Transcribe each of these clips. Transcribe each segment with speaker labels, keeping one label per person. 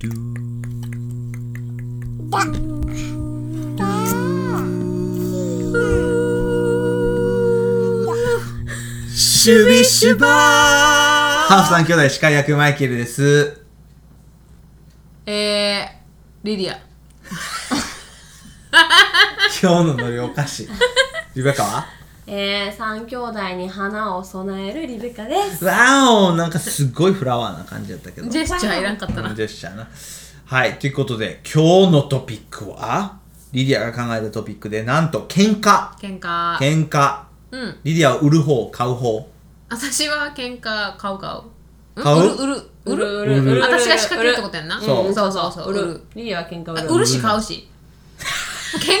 Speaker 1: ドゥー
Speaker 2: だだ
Speaker 1: シュビシュバーハーフさん兄弟司会役マイケルです。
Speaker 3: えー、リリア。
Speaker 1: 今日のノリおかしい。リベカは
Speaker 2: えー、三兄弟に花を備えるリベカです
Speaker 1: わおなんかすごいフラワーな感じだったけど。
Speaker 3: ジェスチャーいらんかっ
Speaker 1: う
Speaker 3: た
Speaker 1: ん
Speaker 3: な。
Speaker 1: ジェスチャーな。はい、ということで、今日のトピックは、リディアが考えたトピックで、なんと、喧嘩
Speaker 3: 喧嘩。
Speaker 1: 喧嘩
Speaker 3: うん。
Speaker 1: リディアは売る方、買う方。
Speaker 3: 私は喧嘩買う買う。ん
Speaker 1: 買う
Speaker 3: 売る、売る、売る。
Speaker 2: る
Speaker 1: うるうる
Speaker 3: 私が仕掛けるってことやんな。
Speaker 1: そう
Speaker 3: そうそうそう。売る。
Speaker 2: リリーは喧嘩
Speaker 3: あ
Speaker 2: 売る
Speaker 3: 売るし買う し。喧嘩越しな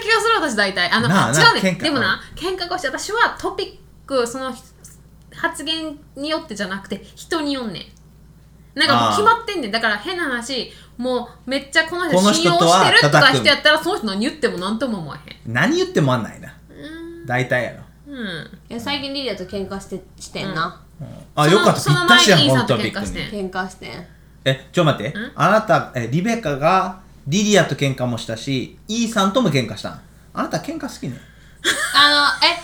Speaker 3: 気がする私大体。あの、
Speaker 1: なあなあ
Speaker 3: 違うね
Speaker 1: 喧。嘩
Speaker 3: でもな、喧嘩越し、私はトピック、その発言によってじゃなくて、人によんねん。なんかもう
Speaker 1: ああ
Speaker 3: 決まってんねん。だから変な話、もうめっちゃこの
Speaker 1: この人
Speaker 3: 人信用
Speaker 1: とは
Speaker 3: してると
Speaker 1: 叩
Speaker 3: か
Speaker 1: く
Speaker 3: 人やったら、その人の言っても何とも思わへん。
Speaker 1: 何言ってもあんないな。大体やろ。
Speaker 3: うん。
Speaker 2: いや最近リリアと喧嘩してしてんな、
Speaker 1: あ、
Speaker 3: そ
Speaker 1: よ
Speaker 3: の
Speaker 1: かった。
Speaker 3: そ
Speaker 1: ぴ
Speaker 3: の
Speaker 1: ったしやん、
Speaker 3: 前に
Speaker 1: このト
Speaker 3: インサート
Speaker 1: ピッ
Speaker 3: 喧嘩
Speaker 1: ク
Speaker 3: して
Speaker 1: に。
Speaker 2: 喧嘩してん
Speaker 1: え、ちょ待って。あなた、え、リベカが、リディアと喧嘩もしたし、イーさんとも喧嘩したん。あなた喧嘩好きね。
Speaker 2: あのえ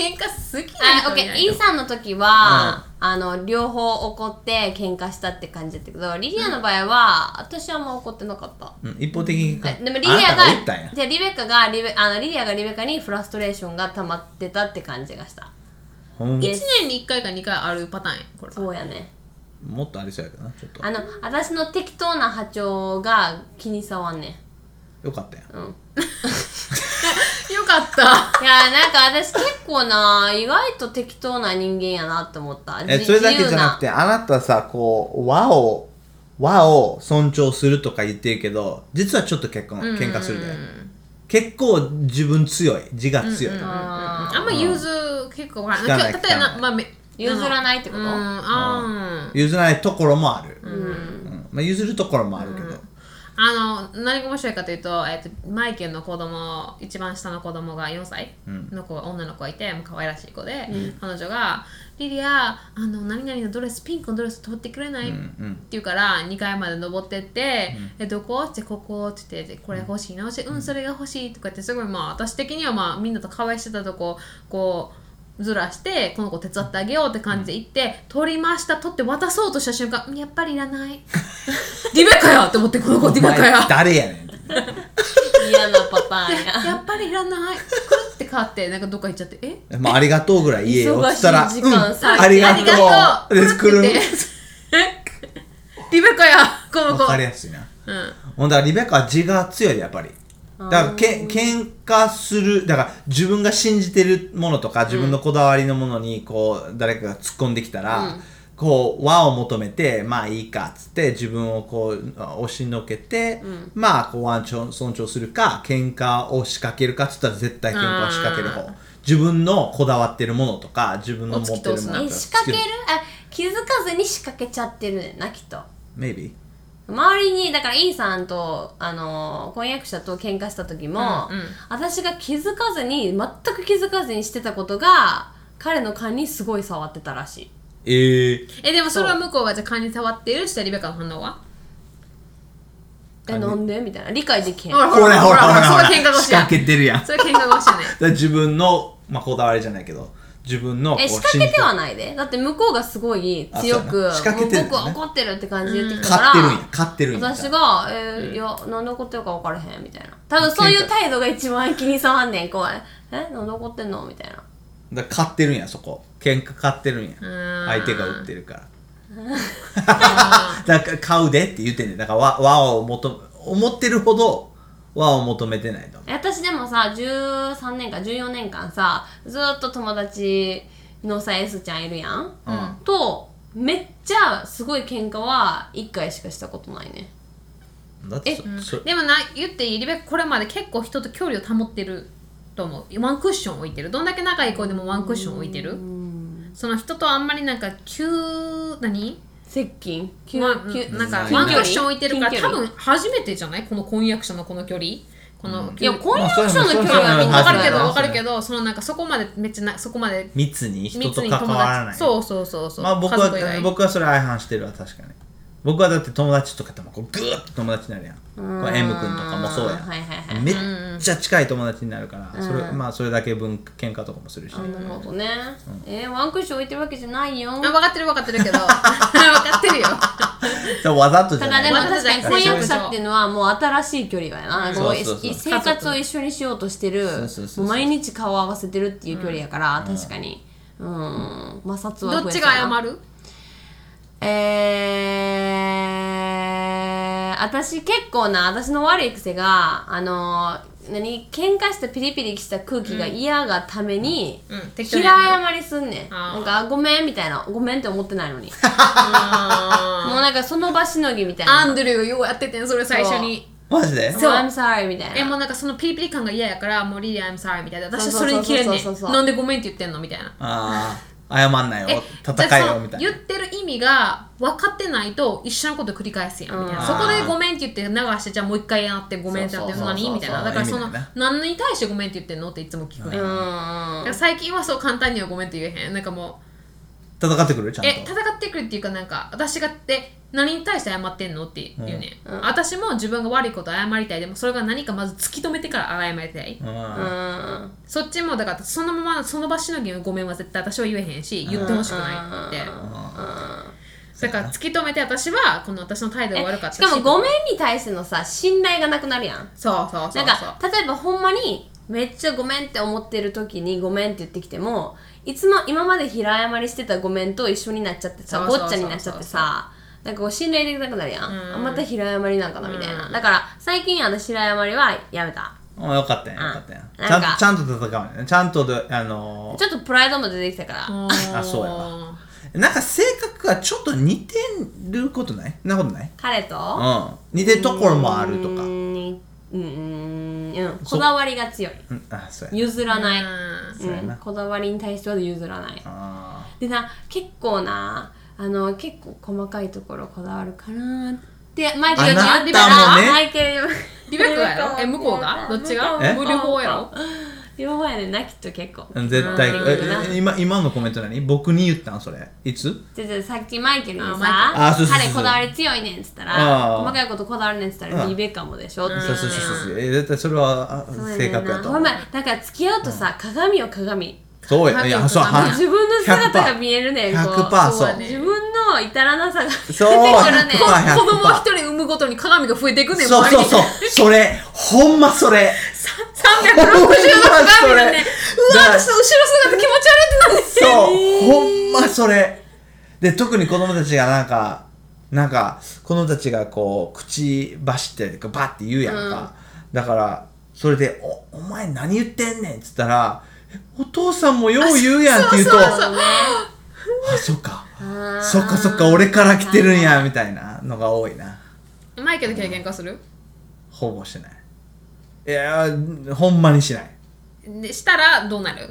Speaker 3: 喧嘩好きな
Speaker 2: あ
Speaker 3: 人
Speaker 2: オッ
Speaker 3: い
Speaker 2: ケ
Speaker 3: な
Speaker 2: ー
Speaker 3: い
Speaker 2: イ
Speaker 3: と
Speaker 2: ンさんの時は、あの両方怒って喧嘩したって感じだったけどリリアの場合は、私はあんま怒ってなかった、
Speaker 1: うん、一方的に喧嘩。
Speaker 2: でもリリ
Speaker 1: あ
Speaker 2: ア
Speaker 1: なた
Speaker 2: が
Speaker 1: 言ったんや。
Speaker 2: じゃあリベカがリベあのリリアがリベカにフラストレーションが溜まってたって感じがした
Speaker 1: ほん
Speaker 3: 一年に一回か二回あるパターンやこれは。
Speaker 2: そうやね
Speaker 1: もっとありそうやけどな、ちょっと。
Speaker 2: あの私の適当な波長が気に障んね
Speaker 1: よかったやん。
Speaker 2: うん
Speaker 3: よかった。
Speaker 2: いやーなんか私結構な意外と適当な人間やなって思った
Speaker 1: え
Speaker 2: じ
Speaker 1: それだけじゃなくてあなたさこう和を和を尊重するとか言ってるけど実はちょっと結婚喧嘩するで結構自分強い自が強い、
Speaker 2: あ
Speaker 3: あんま融通結構わか
Speaker 1: 聞から
Speaker 3: な
Speaker 1: ない
Speaker 3: い。今日
Speaker 1: 聞
Speaker 3: 例え
Speaker 1: か
Speaker 3: ば
Speaker 1: な
Speaker 3: ないまあめ
Speaker 2: 譲らないってこと
Speaker 3: うんあー
Speaker 1: 譲らないところもある、うんまあ、譲るところもあるけど、
Speaker 3: あの何が面白いかというと、えっとマイケルの子供一番下の子供が4歳の子、女の子がいてもう可愛らしい子で、彼女が「リリアあの何々のドレスピンクのドレス取ってくれないって言うから2階まで登ってって「えどこ?」って「ここ」って言って「これ欲しいな」って「うんそれが欲しい」とか言ってすごいまあ私的にはまあみんなと可愛してたとここうずらしてこの子手伝ってあげようって感じで行って「取りました」取って渡そうとした瞬間「うんやっぱりいらない」 「リベカや!」って思ってこの子
Speaker 1: お
Speaker 3: リベカ
Speaker 1: 前
Speaker 3: や
Speaker 1: 誰やねん
Speaker 2: 嫌なパター ンや
Speaker 3: やっぱりいらないくるって変わってなんかどっか行っちゃって「え
Speaker 1: まあ、ありがとうぐらい言えよっつったら、
Speaker 2: 忙しい時
Speaker 1: うん、
Speaker 2: 間割いて
Speaker 1: ありがとう
Speaker 3: ありがとう!」
Speaker 1: で くるん
Speaker 3: って言って「リベカやこの
Speaker 1: わ
Speaker 3: 子」
Speaker 1: かりやすいな
Speaker 3: うん
Speaker 1: ほんだからリベカは字が強いでやっぱりだからけ喧嘩するだから自分が信じてるものとか自分のこだわりのものにこう誰かが突っ込んできたら、こう和を求めてまあいいかっつって自分をこうあ押しのけて、まあこうワンチョン尊重するか喧嘩を仕掛けるかっつったら絶対喧嘩を仕掛ける方自分のこだわってるものとか自分の持ってるものとか
Speaker 2: え仕掛けるあ気づかずに仕掛けちゃってるねんなきっと
Speaker 1: maybe
Speaker 2: 周りにだからイーさんとあのー婚約者と喧嘩した時も、
Speaker 3: うんうん
Speaker 2: 私が気づかずに全く気づかずにしてたことが彼の勘にすごい触ってたらしい
Speaker 1: ええ
Speaker 3: えでもそれは向こうがじゃあ勘に触っているしたらリベカの反応は
Speaker 2: えなんでみたいな理解できへん
Speaker 3: ほら
Speaker 1: ほらほらほらほら
Speaker 3: それ喧嘩
Speaker 1: 仕
Speaker 3: 腰や
Speaker 1: 掛けてるやん
Speaker 3: それ喧嘩腰やね
Speaker 1: だから自分の、まあ、こだわりじゃないけど自分のこう
Speaker 2: え仕掛けては
Speaker 1: 信
Speaker 2: ないでだって向こうがすごい強く
Speaker 1: あそうやな仕掛けてるんだね
Speaker 2: もう僕は怒ってるって感じで言って
Speaker 1: じ
Speaker 2: き
Speaker 1: て
Speaker 2: た
Speaker 1: 買
Speaker 2: か
Speaker 1: って
Speaker 2: ら、
Speaker 1: るんや買ってるんや
Speaker 2: 私が、えーいや何で怒ってるか分からへんみたいな多分そういう態度が一番気に障んねん怖いえなんで怒ってんのみたいな
Speaker 1: だから買ってるんやそこ喧嘩買ってるんや
Speaker 3: ーん
Speaker 1: 相手が売ってる からだから買うでって言ってんねんだから和和を求め思ってるほど和を求めてないと思う
Speaker 2: 私でもさ13年間14年間さずーっと友達のさ S ちゃんいるやん、
Speaker 1: ん
Speaker 2: とめっちゃすごい喧嘩は1回しかしたことないね
Speaker 1: だってそ,そ、
Speaker 3: でもな言っていいリベカこれまで結構人と距離を保ってると思うワンクッション置いてるどんだけ仲いい子でもワンクッション置いてるその人とあんまりなんか急何
Speaker 2: 接近急
Speaker 3: まあ
Speaker 2: 急
Speaker 3: なんか
Speaker 1: 近距離
Speaker 3: ワンクッション置いてるから
Speaker 2: 近
Speaker 3: 多
Speaker 2: 距離
Speaker 3: 分初めてじゃないこの婚約者のこの距離この、
Speaker 2: いや婚
Speaker 1: まあ
Speaker 2: 約
Speaker 1: それは
Speaker 2: 者の距離
Speaker 1: それは
Speaker 2: はみんな
Speaker 3: わかる
Speaker 1: は
Speaker 3: け
Speaker 1: ず
Speaker 3: ど
Speaker 1: だ
Speaker 3: わかるけどそのなんかそこまでめっちゃなそこまで
Speaker 1: 密に人と
Speaker 3: 密に
Speaker 1: 関
Speaker 3: 友
Speaker 1: わらない
Speaker 3: 達そうそうそうそう、
Speaker 1: まあ僕
Speaker 3: 家族以
Speaker 1: は
Speaker 3: 外
Speaker 1: 僕はそれ相反してるわ確かに僕はだって友達とかともこうグーッと友達になるやんこれ M 君とかもそうやん、
Speaker 2: はいはいはい
Speaker 1: めっちゃ近い友達になるから、それまあそれだけ分喧嘩とかもするし、
Speaker 2: あなるほどね、えー、ワンクッション置いてるわけじゃないよ
Speaker 3: あ分かってる分かってる けど分かってるよ
Speaker 1: じゃあわざとじゃ
Speaker 2: た
Speaker 1: な
Speaker 2: だ
Speaker 1: い
Speaker 2: でも
Speaker 3: まだ
Speaker 2: 確かに
Speaker 3: そうそ
Speaker 2: 婚
Speaker 3: うそう
Speaker 2: 約者っていうのはもう新しい距離やな、
Speaker 1: ん
Speaker 2: こ
Speaker 1: そう
Speaker 2: う
Speaker 1: そうそう
Speaker 2: い生活を一緒にしようとしてる
Speaker 1: うそうそうそう
Speaker 2: もう毎日顔合わせてるっていう距離やから、確かにうん摩擦は
Speaker 3: ど
Speaker 2: 増
Speaker 3: っ
Speaker 2: え
Speaker 3: ち
Speaker 2: た
Speaker 3: が
Speaker 2: な
Speaker 3: 謝る
Speaker 2: えー、私結構な私の悪い癖があのー何喧嘩したピリピリした空気が嫌がために、
Speaker 3: うんうん適当に
Speaker 2: 平
Speaker 3: やる
Speaker 2: 謝りすんねん
Speaker 3: あ
Speaker 2: な
Speaker 3: ー
Speaker 2: んかごめんみたいなごめんって思ってないのにもう
Speaker 3: あ
Speaker 2: なんかその場しのぎみたい
Speaker 3: ーア
Speaker 2: な
Speaker 3: ンドリューがようやっててんそれ最初に
Speaker 1: マジで
Speaker 2: そう I'm sorry みたいな
Speaker 3: えもうなんかそのピリピリ感が嫌やからもうリリア I'm sorry みたいな私は
Speaker 2: そう
Speaker 3: それに切れんね
Speaker 2: そうそうそうそ
Speaker 3: ん
Speaker 2: う
Speaker 3: なんでごめんって言ってんのみたいな
Speaker 1: ああ謝んなよ戦え
Speaker 3: じゃあそ
Speaker 1: よ
Speaker 3: の
Speaker 1: みたい
Speaker 3: 言
Speaker 1: な
Speaker 3: ってる意味が分かってないと一緒のこと繰り返すやんみたいな、
Speaker 1: うん
Speaker 3: そこでごめんって言って流してじゃあもう一回やってごめんってなって
Speaker 2: そう
Speaker 3: そ
Speaker 2: そううそう
Speaker 3: 何みたいなだからそ
Speaker 1: 意
Speaker 3: の
Speaker 1: 味ないね
Speaker 3: 何に対してごめんって言ってんのっていつも聞くね、
Speaker 2: う
Speaker 3: だか
Speaker 2: ん
Speaker 3: ら最近はそう簡単にはごめんって言えへんなんかも
Speaker 1: 戦ってくるちゃ
Speaker 3: うん
Speaker 1: と
Speaker 3: え戦ってくるっていうかなんか私がって何に対して謝ってんのって言うね、ん私も自分が悪いこと謝りたいでもそれが何かまず突き止めてから謝りたい、
Speaker 1: うん
Speaker 2: うん
Speaker 3: そっちもだからそのままその場しのぎのごめんは絶対私は言えへんし言ってほしくないって、だから突き止めて私はこの私の態度が悪かった
Speaker 2: しかもごめんに対してのさ信頼がなくなるやん
Speaker 3: そうそうそ
Speaker 2: な
Speaker 3: うんそう
Speaker 2: か例えばほんまにめっちゃごめんって思ってる時にごめんって言ってきてもいつも今まで平謝りしてたごめんと一緒になっちゃって
Speaker 3: そ
Speaker 2: さ
Speaker 3: うそう
Speaker 2: ご
Speaker 3: そう
Speaker 2: っちゃになっちゃってさなんかこう信頼できなくなるやん、あまた平謝りなんかなみたいな、だから最近あの平謝りはやめた
Speaker 1: あよかったよよかったよ
Speaker 2: うん
Speaker 1: ちゃん
Speaker 2: なんか
Speaker 1: ちゃんと戦うよねちゃんとであの
Speaker 2: ちょっとプライドも出てきたから、
Speaker 1: あそうやわーなんか性格がちょっと似てることないそんなことない
Speaker 2: 彼と
Speaker 1: うん似てるところもあるとか
Speaker 2: うーんうんうんうんこだわりが強い
Speaker 1: うんあそうや
Speaker 2: 譲らない、
Speaker 3: う
Speaker 1: そうや
Speaker 2: うん
Speaker 1: な
Speaker 2: こだわりに対しては譲らない
Speaker 1: あ
Speaker 2: でな結構なあの結構細かいところこだわるかなってマイケル
Speaker 1: あ
Speaker 2: 言
Speaker 1: な
Speaker 2: った
Speaker 1: もね
Speaker 2: マイケル
Speaker 3: んリベックがやろえ向こうがどっちが
Speaker 1: え
Speaker 3: 無両方やろ
Speaker 2: 両方やねんなきっと結構
Speaker 1: ー絶対
Speaker 2: うん
Speaker 1: ええ今今のコメント何僕に言ったんそれいつ
Speaker 2: ででさっきマイケルに
Speaker 3: あ
Speaker 2: さ
Speaker 1: ルあそうそうそう
Speaker 2: 彼こだわり強いねんっつった
Speaker 1: あ
Speaker 2: ら
Speaker 1: あ
Speaker 2: 細かいことこだわるねんっつった
Speaker 1: う
Speaker 2: ら
Speaker 1: ん
Speaker 2: リベカもでしょって
Speaker 1: そうそうそうそうえ絶対それはあ性格やと
Speaker 2: ほ
Speaker 1: 思うん
Speaker 2: まだから付き合うとさ鏡よ鏡
Speaker 1: そうやいやそうは
Speaker 2: 自分の姿が見えるねんこう
Speaker 1: 100%そう
Speaker 3: そうやね
Speaker 2: 自分の至らなさが
Speaker 1: そう
Speaker 2: 出てくるねん
Speaker 1: 100%
Speaker 3: 子供一人産むごとに鏡が増えていくねん
Speaker 1: そうそうそううそれほんまそれ
Speaker 3: 360度鏡がねうわ
Speaker 1: だから
Speaker 3: 私の後ろ姿気持ち悪いってなんです
Speaker 1: そう、ほんまそれ。で、特に子供たちがなんか、なんか、子供たちがこう、口走って、こうバッて言うやんか。だから、それで、お、お前何言ってんねんっつったら、えお父さんもよう言うやんって言うと、
Speaker 3: そうそうそう
Speaker 1: あ、そっか。そっかそっか、俺から来てるんや、みたいなのが多いな。
Speaker 3: マイケル経験化する
Speaker 1: ほぼしてない。いやー、ほんまにしない。
Speaker 3: でしたらどうなる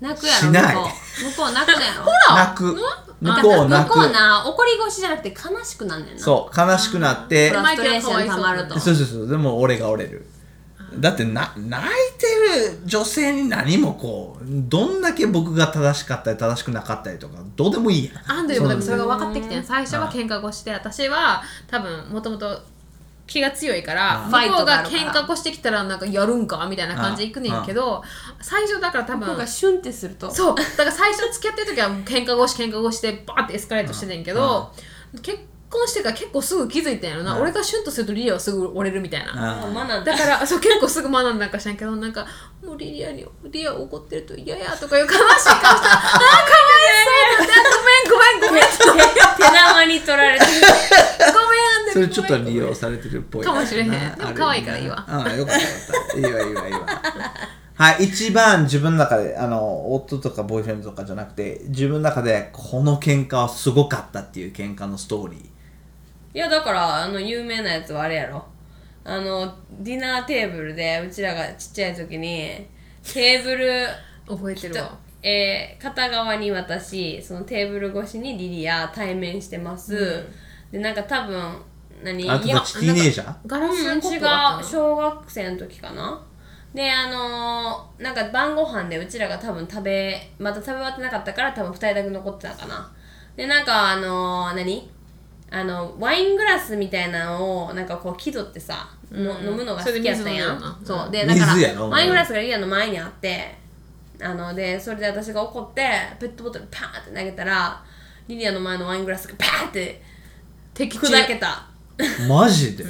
Speaker 2: 泣くやろ
Speaker 1: しない
Speaker 2: 向こう向こう泣くやろほ
Speaker 1: 泣く。向こう泣く
Speaker 2: 向。こうな怒り腰じゃなくて悲しくなんねんな
Speaker 1: そう、悲しくなって
Speaker 2: フ、ラストレーションたまると
Speaker 1: そうそうそうでも俺が折れるだってな泣いてる女性に何もこうどんだけ僕が正しかったり正しくなかったりとかどうでもいいやん
Speaker 3: アンドリューもでもそれが分かってきてん最初は喧嘩越して私は多分もともと気が強いから
Speaker 2: ん
Speaker 3: 向こうが
Speaker 2: ファイ
Speaker 3: 喧
Speaker 2: トがあるから
Speaker 3: 嘩越してきたらなんかやるんかみたいな感じでいくねんけど最初だから多
Speaker 2: 向こうが
Speaker 3: 分
Speaker 2: シュンってすると
Speaker 3: そうだから最初付き合ってる時は喧嘩越し喧嘩越しでバーってエスカレートしてねんけど結婚してから結構すぐ気づいたんやろな俺がシュンとするとリリアはすぐ折れるみたいな
Speaker 1: あ
Speaker 2: マナー
Speaker 3: だからそう結構すぐ学んだんかしらんけどなんかもうリリアにリリア怒ってると嫌やとかいう悲しい顔したらあーかわいそうだごめんごめんごめんって
Speaker 2: 手玉に取られてる
Speaker 3: ごめん
Speaker 1: それちょっと利用されてるっぽい
Speaker 3: かもしれへん
Speaker 1: な
Speaker 3: でも
Speaker 1: ある
Speaker 3: 可愛いからいいわ
Speaker 1: ああよかったよかったいいわいいわいいわはい一番自分の中であの夫とかボーイフレンドとかじゃなくて自分の中でこの喧嘩はすごかったっていう喧嘩のストーリー
Speaker 2: いやだからあの有名なやつはあれやろあのディナーテーブルでうちらがちっちゃい時にテーブル
Speaker 3: 覚えてるわ
Speaker 2: えー片側に私そのテーブル越しにリリア対面してます、でなんか多分何
Speaker 1: あの人たちティーネイジャー
Speaker 3: ガラス
Speaker 2: うん、
Speaker 3: のコ
Speaker 2: 違
Speaker 3: ッ
Speaker 2: う
Speaker 3: プだったの
Speaker 2: 小学生の時かなであのーなんか晩ご飯でうちらが多分食べまた食べ終わってなかったから多分2人だけ残ってたかなでなんかあのー何あのワイングラスみたいなのをなんかこう気取ってさ、の飲むのが好きやったんやん
Speaker 3: それで水飲む
Speaker 2: そ
Speaker 3: の
Speaker 2: うでだから
Speaker 1: 水やろ
Speaker 2: ワイングラスがリアの前にあってあのでそれで私が怒ってペットボトルパーンって投げたらリリアの前のワイングラスがパーンって
Speaker 3: 敵中
Speaker 2: 砕けた
Speaker 1: マジで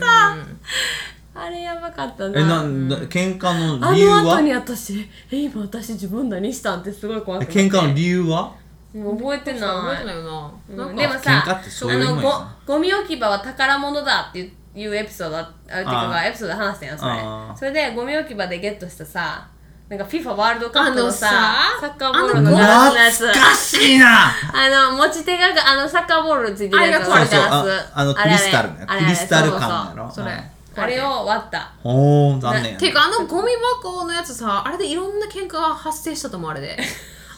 Speaker 2: あれやばかったな
Speaker 1: えなんだ喧嘩の
Speaker 2: あ
Speaker 1: 理由
Speaker 2: の後に
Speaker 1: は
Speaker 2: 私、え、今私自分何したんってすごい怖くて。
Speaker 1: 喧嘩の理由は
Speaker 2: もう覚え
Speaker 3: 覚
Speaker 2: て
Speaker 3: え
Speaker 2: な
Speaker 3: て
Speaker 2: い
Speaker 3: ない。よな,、
Speaker 2: うん
Speaker 3: なんか
Speaker 2: でもさ、
Speaker 1: 喧嘩ってそう
Speaker 2: あ
Speaker 1: いうもんや
Speaker 2: の
Speaker 1: な
Speaker 2: ごゴミ置き場は宝物だっていういうエピソードああってい
Speaker 1: あ
Speaker 2: うか
Speaker 1: ー
Speaker 2: エピソードで話したやんそれ
Speaker 1: あー
Speaker 2: それでゴミ置き場でゲットしたさなんか FIFA ワールドカップのさ
Speaker 3: あのさ
Speaker 2: サッカーボール
Speaker 3: あ
Speaker 2: の
Speaker 3: の
Speaker 2: ガラスのやつ
Speaker 1: 懐かしいな
Speaker 2: あの持ち手があのサッカーボールについてるやつ
Speaker 3: あれが壊れ
Speaker 1: そう
Speaker 2: ガ
Speaker 1: あ
Speaker 2: ラス
Speaker 1: あのクリスタルね
Speaker 2: あれあれ
Speaker 1: クリスタル感や
Speaker 3: そ
Speaker 1: ろ
Speaker 3: れ
Speaker 1: う
Speaker 2: あれを割 った
Speaker 1: んおー残念や
Speaker 3: て
Speaker 1: な
Speaker 3: いうかあのゴミ箱のやつさあれでいろんな喧嘩が発生したと思うあれで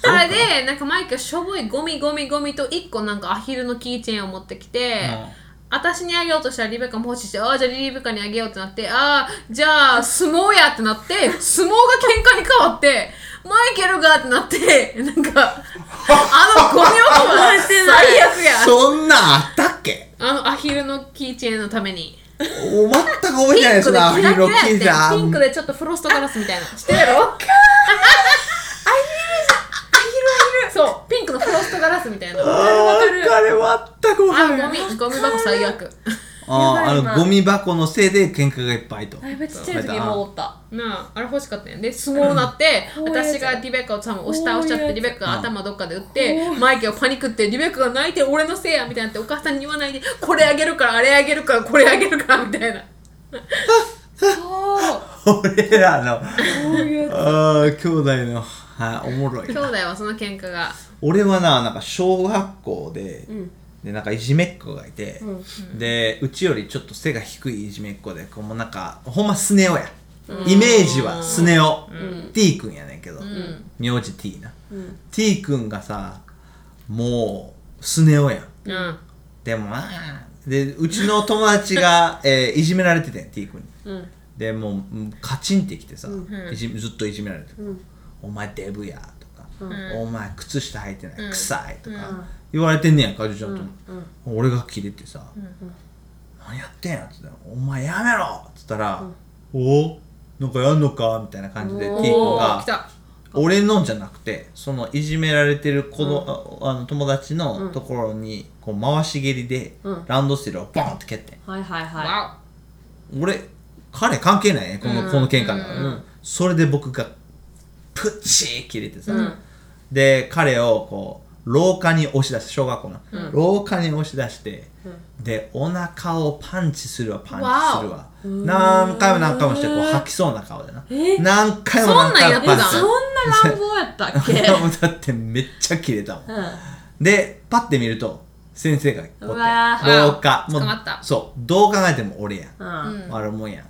Speaker 3: あれでなんかマイクがしょぼいゴミゴミゴミと1個なんかアヒルのキーチェーンを持ってきて、
Speaker 1: うん
Speaker 3: 私にあげようとしたらリベカも欲しいしああじゃあリベカにあげようってなってああじゃあ相撲やってなって相撲が喧嘩に変わってマイケルがってなってなんかあのゴミ箱が最悪や
Speaker 1: そんなんあったっけ
Speaker 3: あのアヒルのキーチェーンのために
Speaker 1: お全く覚え
Speaker 3: ピ
Speaker 1: てないで
Speaker 3: ン
Speaker 1: す
Speaker 3: クで
Speaker 1: な
Speaker 3: キラ
Speaker 1: ヒ
Speaker 3: キラや
Speaker 1: ロキ
Speaker 3: っ
Speaker 1: さ
Speaker 3: てピン
Speaker 1: ん
Speaker 3: クでちょっとフロストガラスみたいな
Speaker 2: してやろ
Speaker 3: そう、ピンクのフロストガラスみたいな。あ、
Speaker 1: あーあれ全くわかんない
Speaker 3: ゴミ、ゴミ箱最悪。
Speaker 1: あーあ
Speaker 2: やばい
Speaker 1: の
Speaker 2: な
Speaker 1: ゴミ箱のせいで喧嘩がいっぱいと
Speaker 2: だいぶちっちゃい時に戻った
Speaker 3: なあ、あれ欲しかったよね。で、相撲なって、
Speaker 2: うんこういうやつ
Speaker 3: 私がリベッカを多分押し倒しちゃっ
Speaker 2: こういうや
Speaker 3: て、
Speaker 2: つ
Speaker 3: リベッカが頭どっかで打って、マイケルパニックって、リベッカが泣いて、俺のせいやみたいになって、お母さんに言わないで、これあげるから、あれあげるから、これあげるから、みたい な。
Speaker 2: そう
Speaker 1: 俺らの
Speaker 2: こういう
Speaker 1: あー兄弟のはいおもろい
Speaker 3: 兄弟はその喧嘩が。
Speaker 1: 俺はななんか小学校で、
Speaker 2: ん
Speaker 1: でなんかいじめっ子がいて、
Speaker 2: ん
Speaker 1: でうちよりちょっと背が低いいじめっ子でこうもうなんかほんまスネ夫や、イメージはスネ夫、T 君やねんけど、名字 T な、T 君がさもうスネ夫やん
Speaker 3: うん。
Speaker 1: でもまあでうちの友達が、えーいじめられててん T 君に、
Speaker 2: ん
Speaker 1: でもううんカチンってきてさ、いじずっといじめられてる、お前デブや」とか、お前靴下履いてない、臭い」とか、言われてんねやんかじちゃんと、俺がキレてさ、何やってんや」っつったら「お前やめろ!」っつったら「おなんかやんのか?」みたいな感じで T 君
Speaker 3: お
Speaker 1: が
Speaker 3: ー、来た。
Speaker 1: 俺のじゃなくてそのいじめられてる子の、ああの友達のところにこう回し蹴りでランドセルをボンって蹴って、
Speaker 2: はいはいはい
Speaker 3: わ
Speaker 1: 俺彼関係ないねこの,、この喧嘩だから、それで僕がプチー切れてさ、で彼をこう廊下に押し出して小学校の、廊下に押し出して、でお腹をパンチするわパンチするわ何回も何回もしてこう吐きそうな顔でな何回も何回もパンチす
Speaker 3: そ
Speaker 1: る
Speaker 3: んなんやってた
Speaker 2: そんな乱暴やったっけ
Speaker 1: もうだってめっちゃキレたもん、でパッて見ると先生がこう
Speaker 2: う
Speaker 1: や
Speaker 2: わ
Speaker 1: って
Speaker 3: ー
Speaker 1: 廊下もう
Speaker 3: 捕まった
Speaker 1: そうどう考えても俺やん、
Speaker 2: うん
Speaker 1: 悪もんやん、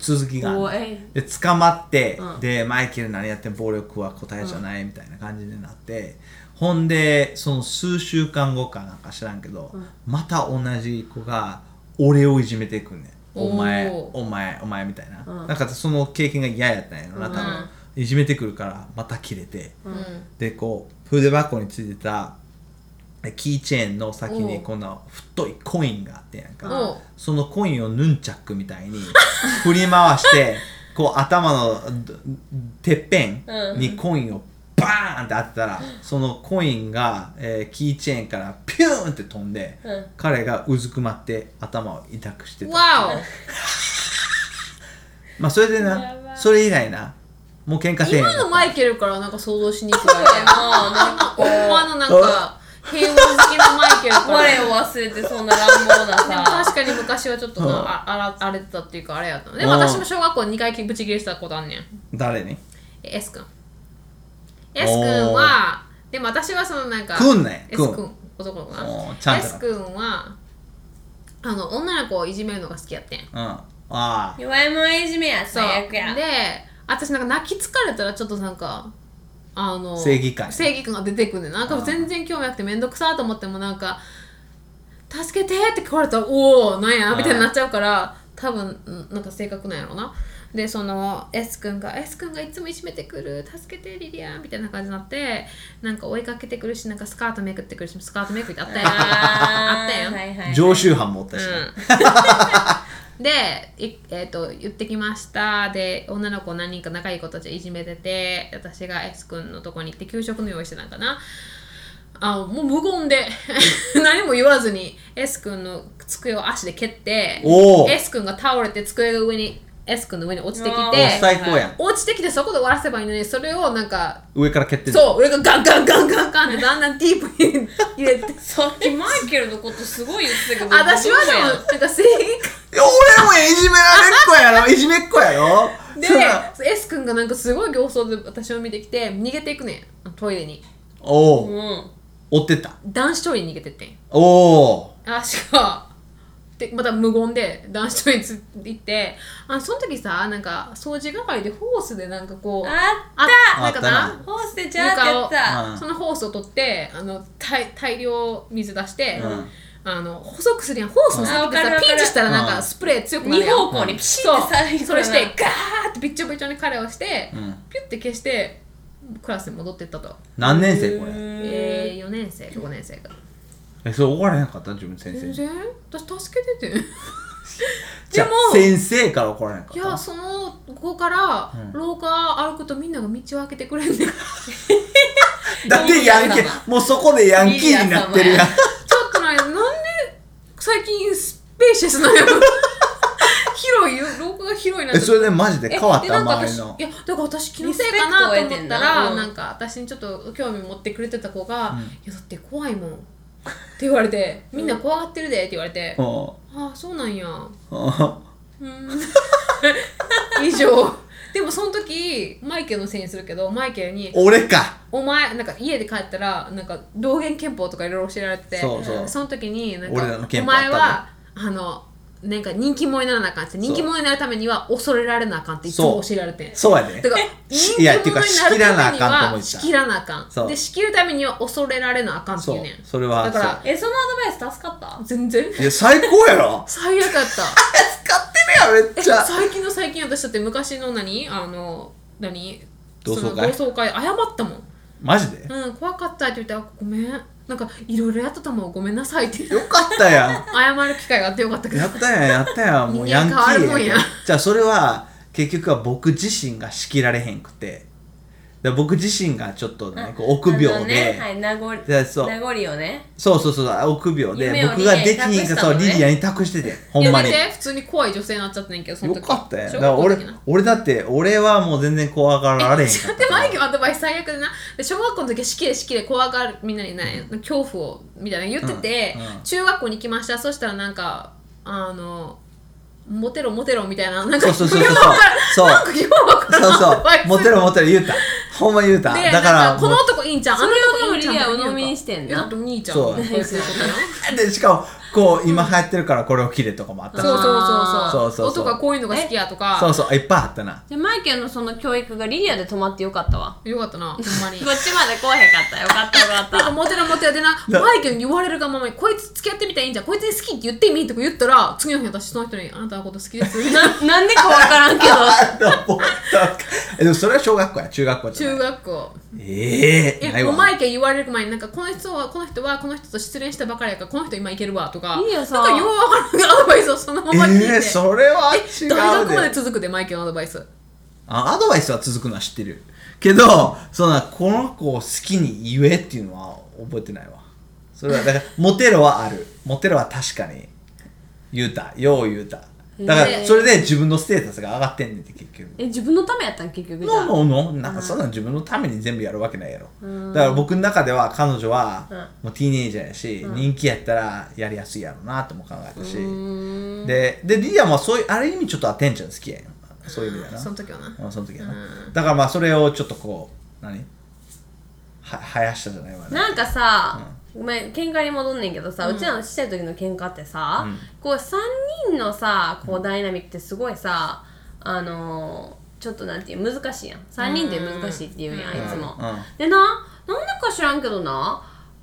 Speaker 1: 続きがあんの
Speaker 2: おい
Speaker 1: で捕まって、でマイケル何やってん暴力は答えじゃない、みたいな感じになってほんでその数週間後かなんか知らんけど、また同じ子が俺をいじめていくんねんお前
Speaker 3: おー
Speaker 1: お前お前みたいな、なんかその経験が嫌やったんやろな多分、
Speaker 3: うん
Speaker 1: いじめてくるからまた切れて、
Speaker 3: うん。
Speaker 1: でこう筆箱についてたえキーチェーンの先にこんな太いコインがあってなん
Speaker 3: おう
Speaker 1: かそのコインをヌンチャックみたいに振り回してこう頭のどてっぺんにコインをバーンって当てたらそのコインが、えーキーチェーンからピューンって飛んで、
Speaker 2: うん
Speaker 1: 彼がうずくまって頭を痛くしてた
Speaker 3: わ
Speaker 1: まあそれで
Speaker 2: やば
Speaker 1: ないそれ以来なもう喧嘩
Speaker 3: お
Speaker 1: せえへん
Speaker 3: 今のマイケルからなんか想像しにくいわけや な。
Speaker 2: もうなんかこう
Speaker 3: ほんまのなんか、平和好きなマイケルから。
Speaker 2: 我を忘れてそんな乱暴な
Speaker 3: でも
Speaker 2: さ
Speaker 3: 確かに昔はちょっとな
Speaker 1: うん
Speaker 3: ああら荒れてたっていうかあれやったので
Speaker 1: うん
Speaker 3: 私も小学校2回ブチ切れしたことあんねん
Speaker 1: 誰に
Speaker 3: え S 君 S 君はでも私はそのなんか
Speaker 1: くんね
Speaker 3: S
Speaker 1: くん
Speaker 3: 君男の子
Speaker 1: お
Speaker 3: な
Speaker 1: ーちゃんと
Speaker 3: S 君はあの女の子をいじめるのが好きやってん
Speaker 1: うんああ
Speaker 2: 弱いもんいじめや
Speaker 3: そう
Speaker 2: 最悪
Speaker 3: で
Speaker 2: や
Speaker 3: 私なんか泣き疲れたらちょっとなんかあの
Speaker 1: 正義感
Speaker 3: 正義感が出てくるんでなんか全然興味なくて面倒くさと思ってもなんか助助けてって聞かれたらおおなんや
Speaker 1: うん
Speaker 3: みたいになっちゃうから多分うんなんか性格なんやろうなでその S 君が S 君がいつもいじめてくる助けてリリアみたいな感じになってなんか追いかけてくるしなんかスカートめくってくるしスカートめくってあったやんあ ったやん
Speaker 2: はいはいはい
Speaker 1: 常習犯もおったし、
Speaker 3: うん、で、いえー、と言ってきましたで女の子何人か仲いい子たちいじめてて私が S 君のとこに行って給食の用意してたんかなあもう無言で 何も言わずに S 君の机を足で蹴って
Speaker 1: おお
Speaker 3: S 君が倒れて机が上に S 君の上に落ちてき
Speaker 2: お
Speaker 1: ー
Speaker 3: て
Speaker 1: 最高やん
Speaker 3: 落ちてきてそこで終わらせばいいのにそれをなんか
Speaker 1: 上から蹴ってる
Speaker 3: そう俺がガンガンガンガンガンってだんだんディー プに入れて
Speaker 2: さっきマイケルのことすごい言ってたけど
Speaker 3: 私はでもなん か
Speaker 1: い
Speaker 3: 正義感
Speaker 1: や俺もいじめられっ子やろいじめっ子やろ
Speaker 3: で
Speaker 1: そうだ
Speaker 3: S 君がなんかすごい形相で私を見てきて逃げていくねんトイレに
Speaker 1: お
Speaker 2: う
Speaker 1: お
Speaker 2: ん
Speaker 1: 追ってった
Speaker 3: 男子トイレに逃げてってん
Speaker 1: おお
Speaker 3: あしかでまた無言で男子トイレにつ行ってあその時さなんか掃除係でホースでなんかこう
Speaker 2: あ
Speaker 3: あ
Speaker 2: った
Speaker 3: なんか
Speaker 1: あっ
Speaker 3: な
Speaker 2: ホースでジャーってやっ
Speaker 1: う
Speaker 2: た
Speaker 1: ん
Speaker 3: そのホースを取ってあの大大量水出して、
Speaker 1: うん
Speaker 3: あの細くするやんホースの先って
Speaker 2: あわかる
Speaker 3: さ
Speaker 2: わか
Speaker 3: ピ
Speaker 2: る
Speaker 3: ンチしたらなん
Speaker 1: うん
Speaker 3: かスプレー強くなる
Speaker 2: 二
Speaker 3: やん
Speaker 2: 方向にピシッてさ
Speaker 3: そうそれして
Speaker 2: 行く
Speaker 3: ガーってびっちょびちょに彼をして、
Speaker 1: うん
Speaker 3: ピュッて消してクラスに戻ってったと、
Speaker 1: 何年生こ
Speaker 2: う
Speaker 1: れ
Speaker 2: ーん
Speaker 3: えー、4年生か5年生か
Speaker 1: えそれ怒られなかった自分先生
Speaker 3: 全
Speaker 1: に
Speaker 3: 然私助け てて
Speaker 1: じゃあ
Speaker 3: でも
Speaker 1: 先生から怒られなかった
Speaker 3: いやその子から
Speaker 1: うん
Speaker 3: 廊下歩くとみんなが道を開けてくれんね んちょ
Speaker 1: だってヤンキ
Speaker 2: いいや
Speaker 1: ーもうそこでヤンキーになってるやん
Speaker 2: いい
Speaker 3: っとなんやなんで最近スペーシャスなんやろ 広いよ廊下が広いなん
Speaker 1: え
Speaker 3: て
Speaker 1: それでマジで変わっ
Speaker 3: えで
Speaker 1: た
Speaker 3: なんか
Speaker 1: 周り
Speaker 3: 私い
Speaker 1: の
Speaker 3: やだから私気のせいかなと思
Speaker 2: リスペクトを得て
Speaker 3: っ
Speaker 2: ん
Speaker 3: た
Speaker 2: な
Speaker 3: ら、
Speaker 2: うん
Speaker 3: なんか私にちょっと興味持ってくれてた子が
Speaker 1: う
Speaker 3: 「
Speaker 1: ん
Speaker 3: いやだって怖いもん」って言われて「みんな怖がってるで」って言われて「
Speaker 1: うん
Speaker 3: ああそうなんや」う
Speaker 1: う
Speaker 3: ーん 以上でもその時マイケルのせいにするけどマイケルに
Speaker 1: ん俺か
Speaker 3: 「お前なんか家で帰ったらなんか道元憲法とかいろいろ教えられてて
Speaker 1: そうそう
Speaker 3: の時になん
Speaker 1: 俺らの
Speaker 3: か「
Speaker 1: 憲
Speaker 3: お
Speaker 1: 法あったね
Speaker 3: 前はあのなんか人気者にならなあかん」って人気者になるためには恐れられなあかんっていつも教えられてん
Speaker 1: そうやで
Speaker 3: だから
Speaker 1: し
Speaker 3: 人気
Speaker 1: い
Speaker 3: 者
Speaker 1: や
Speaker 3: に
Speaker 1: っていうか仕
Speaker 3: な
Speaker 1: 切
Speaker 3: る
Speaker 1: らな
Speaker 3: た
Speaker 1: あ
Speaker 3: めに
Speaker 1: かんと思っ
Speaker 3: は
Speaker 1: てた
Speaker 3: 仕切らなあかん
Speaker 1: そう
Speaker 3: で仕切るためには恐れられなあかんってい
Speaker 1: そうう
Speaker 3: ねん
Speaker 1: それは
Speaker 3: だから
Speaker 2: えそのアドバイス助かった
Speaker 3: 全然
Speaker 1: そういや最高や ろ
Speaker 3: 最悪やった
Speaker 1: 使ってるやんめ
Speaker 3: え
Speaker 1: っちゃ
Speaker 3: 最近の最近私だって昔の何あの何
Speaker 1: 同窓会
Speaker 3: その同窓会謝ったもん
Speaker 1: マジで
Speaker 3: うん怖かったって言ってあごめんなんかいろいろやったと思うごめんなさいって
Speaker 1: よかったやん
Speaker 3: 謝る機会があってよかったけど
Speaker 1: やったやんやったやんもうヤンキ
Speaker 3: 人間変わるも
Speaker 1: ー
Speaker 3: ん
Speaker 1: や
Speaker 3: や
Speaker 1: んじゃあそれは結局は僕自身が仕切られへんくてだから僕自身がちょっとねこう臆
Speaker 2: あ
Speaker 1: 病
Speaker 2: の
Speaker 1: で、
Speaker 2: ねはい名残
Speaker 1: でそう
Speaker 2: 名残よね
Speaker 1: そうそうそう臆病で
Speaker 2: 夢を
Speaker 1: 僕が
Speaker 2: リ
Speaker 1: で
Speaker 2: リ
Speaker 1: き
Speaker 2: アに
Speaker 1: ひん
Speaker 2: 託
Speaker 1: か
Speaker 2: した
Speaker 1: そ
Speaker 2: の
Speaker 1: う
Speaker 2: ね
Speaker 1: リリアに託しててほん
Speaker 3: や
Speaker 1: ま
Speaker 3: め
Speaker 1: に
Speaker 3: て普通に怖い女性になっちゃったんやけどその
Speaker 1: よ
Speaker 3: 時
Speaker 1: かったやんだ
Speaker 3: 小
Speaker 1: から俺
Speaker 3: 学校の時な
Speaker 1: 俺だって俺はもう全然怖がられへん
Speaker 3: ち
Speaker 1: か
Speaker 3: ょ
Speaker 1: っ
Speaker 3: っと
Speaker 1: た
Speaker 3: マイケルのアドバイス最悪でなで小学校の時はしきれしきれ怖がるみんなにね、恐怖をみたいなの言ってて、
Speaker 1: うんうん
Speaker 3: 中学校に来ましたそしたらなんかあのモテろモテろみたいななんか
Speaker 1: そうそうそうそう
Speaker 3: ようわからん
Speaker 1: そ う
Speaker 3: なんかようわからん
Speaker 1: そう
Speaker 3: アドバ
Speaker 1: そ
Speaker 3: イ
Speaker 1: う
Speaker 3: ス
Speaker 1: モテろモテろ言うたほんま言うた
Speaker 3: で
Speaker 1: だから
Speaker 3: なんかこの
Speaker 1: もう
Speaker 3: 男いいんちゃんあの男いいんちゃん
Speaker 2: それをでもリリアを鵜呑みにしてんな
Speaker 3: だってお兄ちゃん
Speaker 1: そう
Speaker 3: こいつのことやん
Speaker 1: でしかもこう今流行ってるからこれを切れとかもあった
Speaker 3: そう
Speaker 1: し
Speaker 3: そう
Speaker 1: そ
Speaker 3: そうう
Speaker 1: そうそう
Speaker 3: 男はこういうのが好きやと
Speaker 1: そう
Speaker 3: か
Speaker 1: そういっぱいあったな
Speaker 2: じゃあマイケルのその教育がリリアで止まってよかったわ
Speaker 3: よかったなほんまに
Speaker 2: こっちまで来へんかったよかったよかっ
Speaker 3: なんか
Speaker 2: た
Speaker 3: モテろモテ ろでな、
Speaker 1: な
Speaker 3: マイケルに言われるがままに、こいつ付き合ってみたらいいんじゃん、こいつに好きって言ってみとか言ったら、次の日私その人に、あなたのこと好 きです。みたいな
Speaker 2: ななんでかわから んけど
Speaker 1: あもうなんかえでもそれは小学校や中学校じゃ
Speaker 3: 中
Speaker 1: ない
Speaker 3: 学校。
Speaker 1: ええ
Speaker 3: え、
Speaker 1: ない
Speaker 3: もう
Speaker 1: わ
Speaker 3: マイケル言われる前に、なんかこの人は、この人は、この人と失恋したばかりやから、この人今いけるわとか、
Speaker 2: いいよさ
Speaker 3: なんかようわからんアドバイスをそのまま聞いて。
Speaker 1: ええそれは違う
Speaker 3: え
Speaker 1: で
Speaker 3: 大学まで続くで、マイケルのアドバイス。
Speaker 1: あアドバイスは続くのは知ってるけどそんなこの子を好きに言えっていうのは覚えてないわそれはだからモテろはあるモテろは確かに言うたよう言うただか
Speaker 2: ね
Speaker 1: ら
Speaker 2: え
Speaker 1: それで自分のステータスが上がってんねんって結局
Speaker 2: え自分のためやったん結局じゃあ
Speaker 1: のののなんかそんなん自分のために全部やるわけないやろ、だから僕の中では彼女は
Speaker 2: うん
Speaker 1: もうティーネイジャーやし、人気やったらやりやすいやろうなとも考えたし、
Speaker 2: うーん
Speaker 1: ででリリアもそういうある意味ちょっとアテンション好きやんそういう意味やな
Speaker 3: その時はな。
Speaker 1: うんその時はなだからまあそれをちょっとこう何は生やしたじゃないわね
Speaker 2: なんかさ、ごめん喧嘩に戻んねんけどさ、うちらのちっちゃい時の喧嘩ってさ、
Speaker 1: うん
Speaker 2: こう3人のさこうダイナミックってすごいさあのーちょっとなんていう難しいやん3人で難しいって言うやん、いつも、
Speaker 1: うん
Speaker 2: でななんでか知らんけどな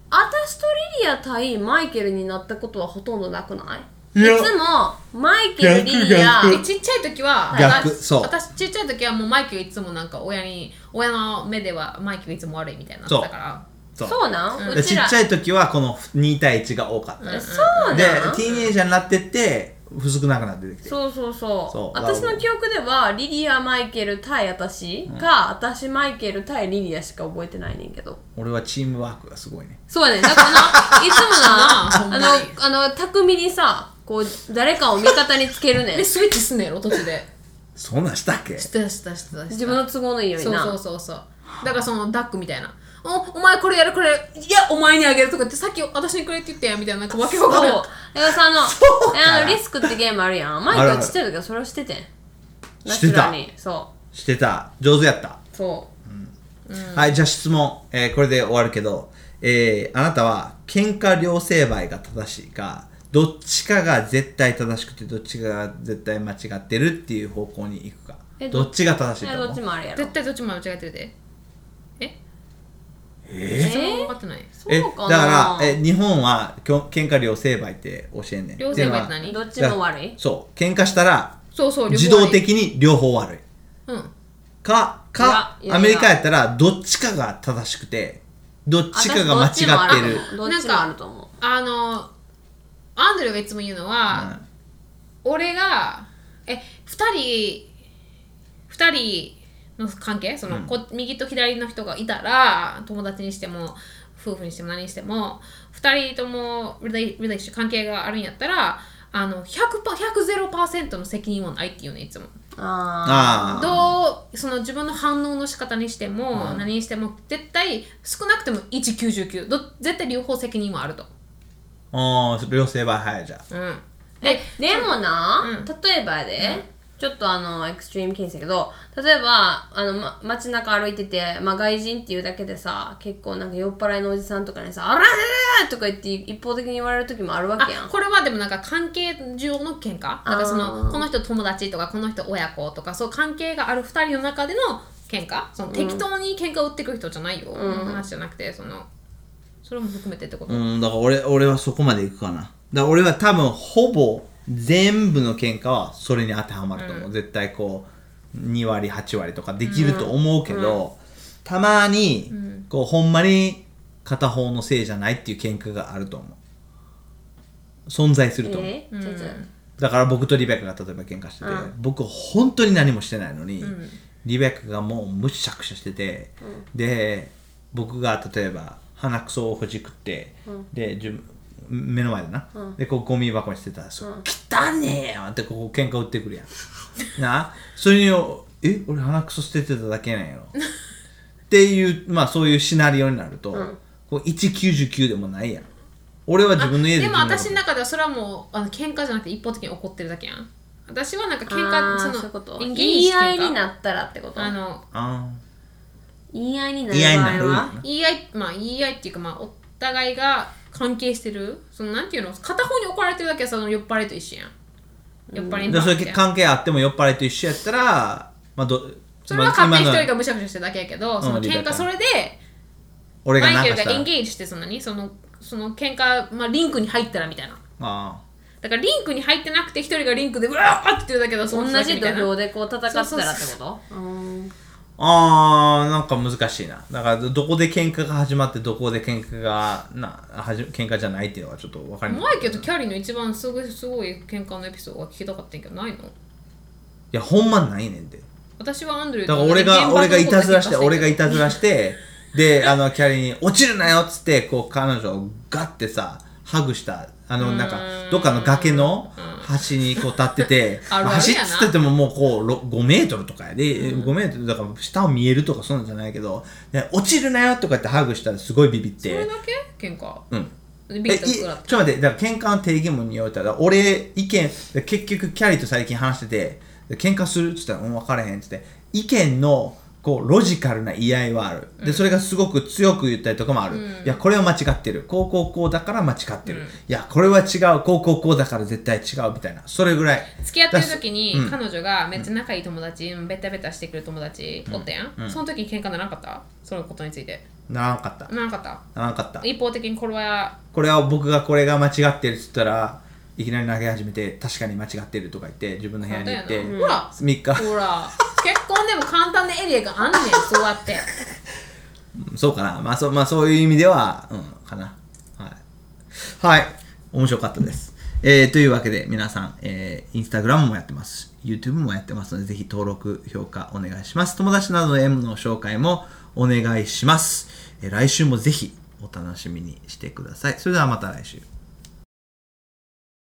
Speaker 2: 私とリリア対マイケルになったことはほとんどなくない
Speaker 1: いや
Speaker 2: いつもマイケル、リリア、
Speaker 1: 逆
Speaker 3: でちっちゃい時は
Speaker 1: 逆
Speaker 3: 私
Speaker 1: そう
Speaker 3: 私ちっちゃい時はもうマイケルいつもなんか親に親の目ではマイケルいつも悪いみたいな
Speaker 1: そう
Speaker 3: だから
Speaker 1: そう
Speaker 2: そうなん
Speaker 1: で
Speaker 2: う
Speaker 1: ち
Speaker 2: ちら
Speaker 1: っちゃい時はこの2対1が多かった、
Speaker 2: そうなん
Speaker 1: でティーンエイジャーになってって不足なくなってきて
Speaker 2: そうそうそう
Speaker 1: そう
Speaker 2: 私の記憶ではリリアマイケル対私か、私マイケル対リリアしか覚えてないねんけど
Speaker 1: 俺はチームワークがすごいね
Speaker 2: そうやねんだか らないつもな
Speaker 3: なあほんま
Speaker 2: あ
Speaker 3: に
Speaker 2: のあの巧みにさこう誰かを味方につけるねん
Speaker 3: でスイッチすんねやろ途中で
Speaker 1: そんなんしたっけ
Speaker 3: 知ってた知ってた知ってた
Speaker 2: 自分の都合のいいように
Speaker 3: そう
Speaker 2: な
Speaker 3: そうそうそうだからそのダックみたいなおお前これやるこれやるいやお前にあげるとかってさっき私にくれって言ったやんみたいななんかわけわ
Speaker 2: そ
Speaker 3: か
Speaker 2: う
Speaker 3: ら
Speaker 2: だ
Speaker 3: ん
Speaker 2: からさあのあのリスクってゲームあるやんマイケルちっちゃい時はそれをしててん
Speaker 1: してた
Speaker 2: ナチュラルにそ
Speaker 1: してた上手やった、
Speaker 2: うそう
Speaker 1: はいじゃあ質問、えーこれで終わるけど、えーあなたは喧嘩両成敗が正しいかどっちかが絶対正しくてどっちかが絶対間違ってるっていう方向に行くか
Speaker 2: えど
Speaker 1: どっちが正しい
Speaker 2: い
Speaker 1: と
Speaker 2: や
Speaker 1: 思
Speaker 2: どっ
Speaker 1: う
Speaker 2: ちもあるやろ
Speaker 3: 絶対どっちも間違えてるでえ
Speaker 1: え
Speaker 3: それは分かってない
Speaker 1: え
Speaker 2: そうかな
Speaker 1: だからえ日本はきょ喧嘩両成敗って教えんねん
Speaker 3: 両成敗って
Speaker 1: う
Speaker 3: 何
Speaker 2: どっちも悪い
Speaker 1: そう喧嘩したら
Speaker 3: そうそう両方
Speaker 1: 自動的に両方悪い
Speaker 3: うん
Speaker 1: かか
Speaker 2: いやいやいや
Speaker 1: アメリカやったらどっちかが正しくてどっちかが間違ってる
Speaker 2: 私どっちもあると思うどっちもあると思う
Speaker 3: あのアンドレがいつも言うのは、俺がえ二人二人の関係その、こ右と左の人がいたら友達にしても夫婦にしても何にしても二人ともリレーリレーション関係があるんやったらあの 100%, 100%の責任はないって言うねいつも。
Speaker 1: あ
Speaker 2: あ
Speaker 1: あ
Speaker 3: どうその自分の反応の仕方にしても、何にしても絶対少なくても199ど絶対両方責任はあると。
Speaker 1: あー両成敗早いじゃん
Speaker 3: うん
Speaker 2: ーえでもな、例えばやで、ちょっとあのエクストリームケースやけど例えばあの、ま、街中歩いてて、まあ、外人っていうだけでさ結構なんか酔っ払いのおじさんとかにさ「あららららとか言って一方的に言われる時もあるわけや
Speaker 3: あ
Speaker 2: ん
Speaker 3: これはでもなんか関係上の喧嘩なんかそのこの人友達とかこの人親子とかそう関係がある2人の中での喧嘩その適当に喧嘩を売ってくる人じゃないよ、の話じゃなくてそのそれも含めてってこと、
Speaker 1: うんだから俺俺はそこまでいくかなだから俺は多分ほぼ全部の喧嘩はそれに当てはまると思う、絶対こう2割8割とかできると思うけど、たまに、こうほんまに片方のせいじゃないっていう喧嘩があると思う存在すると思う、
Speaker 2: えちょっと
Speaker 1: だから僕とリベックが例えば喧嘩してて、僕本当に何もしてないのに、リベックがもうむしゃくしゃしてて、で僕が例えば鼻くそをほじくって、で自分目の前でな、でこうゴミ箱にしてたら「そう汚ねえよ!」ってこう喧嘩売ってくるやん なそれに「え俺鼻くそ捨ててただけなんやろ」っていうまあそういうシナリオになると、こう199でもないやん俺は自分の家で
Speaker 3: でも
Speaker 1: 自分の
Speaker 3: 私の中ではそれはもうあの喧嘩じゃなくて一方的に怒ってるだけやん私はなんか喧嘩
Speaker 2: あー
Speaker 3: その
Speaker 2: そういうこと
Speaker 3: 人間
Speaker 2: 言い合いに
Speaker 3: 喧嘩
Speaker 2: なったらってこと
Speaker 3: あの
Speaker 1: あ
Speaker 2: 言い合いにな
Speaker 1: あ
Speaker 2: る
Speaker 1: 嫌にな
Speaker 2: 場
Speaker 1: る
Speaker 2: 合
Speaker 1: よ
Speaker 2: は
Speaker 1: な
Speaker 3: 言い合いまあ言い合いっていうかまあお互いが関係してるそのなんていうの片方に怒られてるだけはその酔っ払いと一緒やん酔っ払い
Speaker 1: で
Speaker 3: の
Speaker 1: そ
Speaker 3: 関
Speaker 1: れ
Speaker 3: 係
Speaker 1: 関係あっても酔っ払いと一緒やったら、まあ、ど
Speaker 3: それは勝手に一
Speaker 1: まあ
Speaker 3: 人
Speaker 1: 今の
Speaker 3: がむしゃくしゃしてるだけやけど、その
Speaker 1: リベ
Speaker 3: 喧
Speaker 1: カ
Speaker 3: 嘩それで
Speaker 1: 俺が
Speaker 3: マ
Speaker 1: な
Speaker 3: イ
Speaker 1: んか
Speaker 3: ケル
Speaker 1: した
Speaker 3: がエ
Speaker 1: ら
Speaker 3: ンゲージしてそのにそのその喧嘩、まあ、リンクに入ったらみたいな
Speaker 1: あ
Speaker 3: だからリンクに入ってなくて一人がリンクでうわーって言うだけどその人
Speaker 2: 同
Speaker 3: だけ
Speaker 2: じ
Speaker 3: み
Speaker 2: 土
Speaker 3: たいな
Speaker 2: 俵でこう戦ってたらってこと
Speaker 3: そう
Speaker 2: うん
Speaker 1: ああーなんか難しいなだからどこで喧嘩が始まってどこで喧嘩がなはじ喧嘩じゃないっていうのはちょっと分かりにくい
Speaker 3: マイケルとキャリーの一番すごいすごい喧嘩のエピソードが聞きたかったんやけどないの
Speaker 1: いやほんまないねんで
Speaker 3: 私はアンドリュー
Speaker 1: だ
Speaker 3: と
Speaker 1: から俺
Speaker 3: 現場
Speaker 1: が
Speaker 3: の
Speaker 1: 俺がいたずらして
Speaker 3: こと
Speaker 1: 俺
Speaker 3: で喧嘩
Speaker 1: がい
Speaker 3: んや
Speaker 1: たずら してであのキャリーに「落ちるなよ」っつってこう彼女をガッてさハグしたあのなんかどっかの崖の橋にこう立ってて
Speaker 3: あるあるやな
Speaker 1: ま橋っつっててももうこうろ5メートルとかやで5メートルだから下を見えるとかそんなんじゃないけどで落ちるなよとかってハグしたらすごいビビって
Speaker 3: けどそれだけ喧嘩
Speaker 1: うん
Speaker 3: で
Speaker 1: え
Speaker 3: ビ
Speaker 1: いち
Speaker 3: ート食
Speaker 1: ょ
Speaker 3: らっ
Speaker 1: ったと待ってだから喧嘩の定義もにおいてはだから俺意見で結局キャリーと最近話しててで喧嘩するっつったら「うん分からへん」っつって意見のこうロジカルな言い合いはあるでそれがすごく強く言ったりとかもある、いやこれは間違ってるこうこうこうだから間違ってる、いやこれは違うこうこうこうだから絶対違うみたいなそれぐらい
Speaker 3: 付き合ってる時に彼女がめっちゃ仲いい友達、ベタベタしてくる友達おったやん、その時に喧嘩ならなかったそのことについて
Speaker 1: ならんかった
Speaker 3: ならんかった
Speaker 1: ならんかった
Speaker 3: 一方的にこれは
Speaker 1: これは僕がこれが間違ってるっつったらいきなり投げ始めて確かに間違ってるとか言って自分の部屋に行って
Speaker 3: 本当やなほら
Speaker 1: 3日
Speaker 3: ほら結婚でも簡単なエリアがあんねんそうやって
Speaker 1: そうかな。まあ、そまあ、そういう意味では、うん、かな。はい。はい。面白かったです。えーというわけで、皆さん、えー、インスタグラムもやってます。YouTube もやってますので、ぜひ登録、評価お願いします。友達などへの紹介もお願いします。えー来週もぜひお楽しみにしてください。それではまた来週。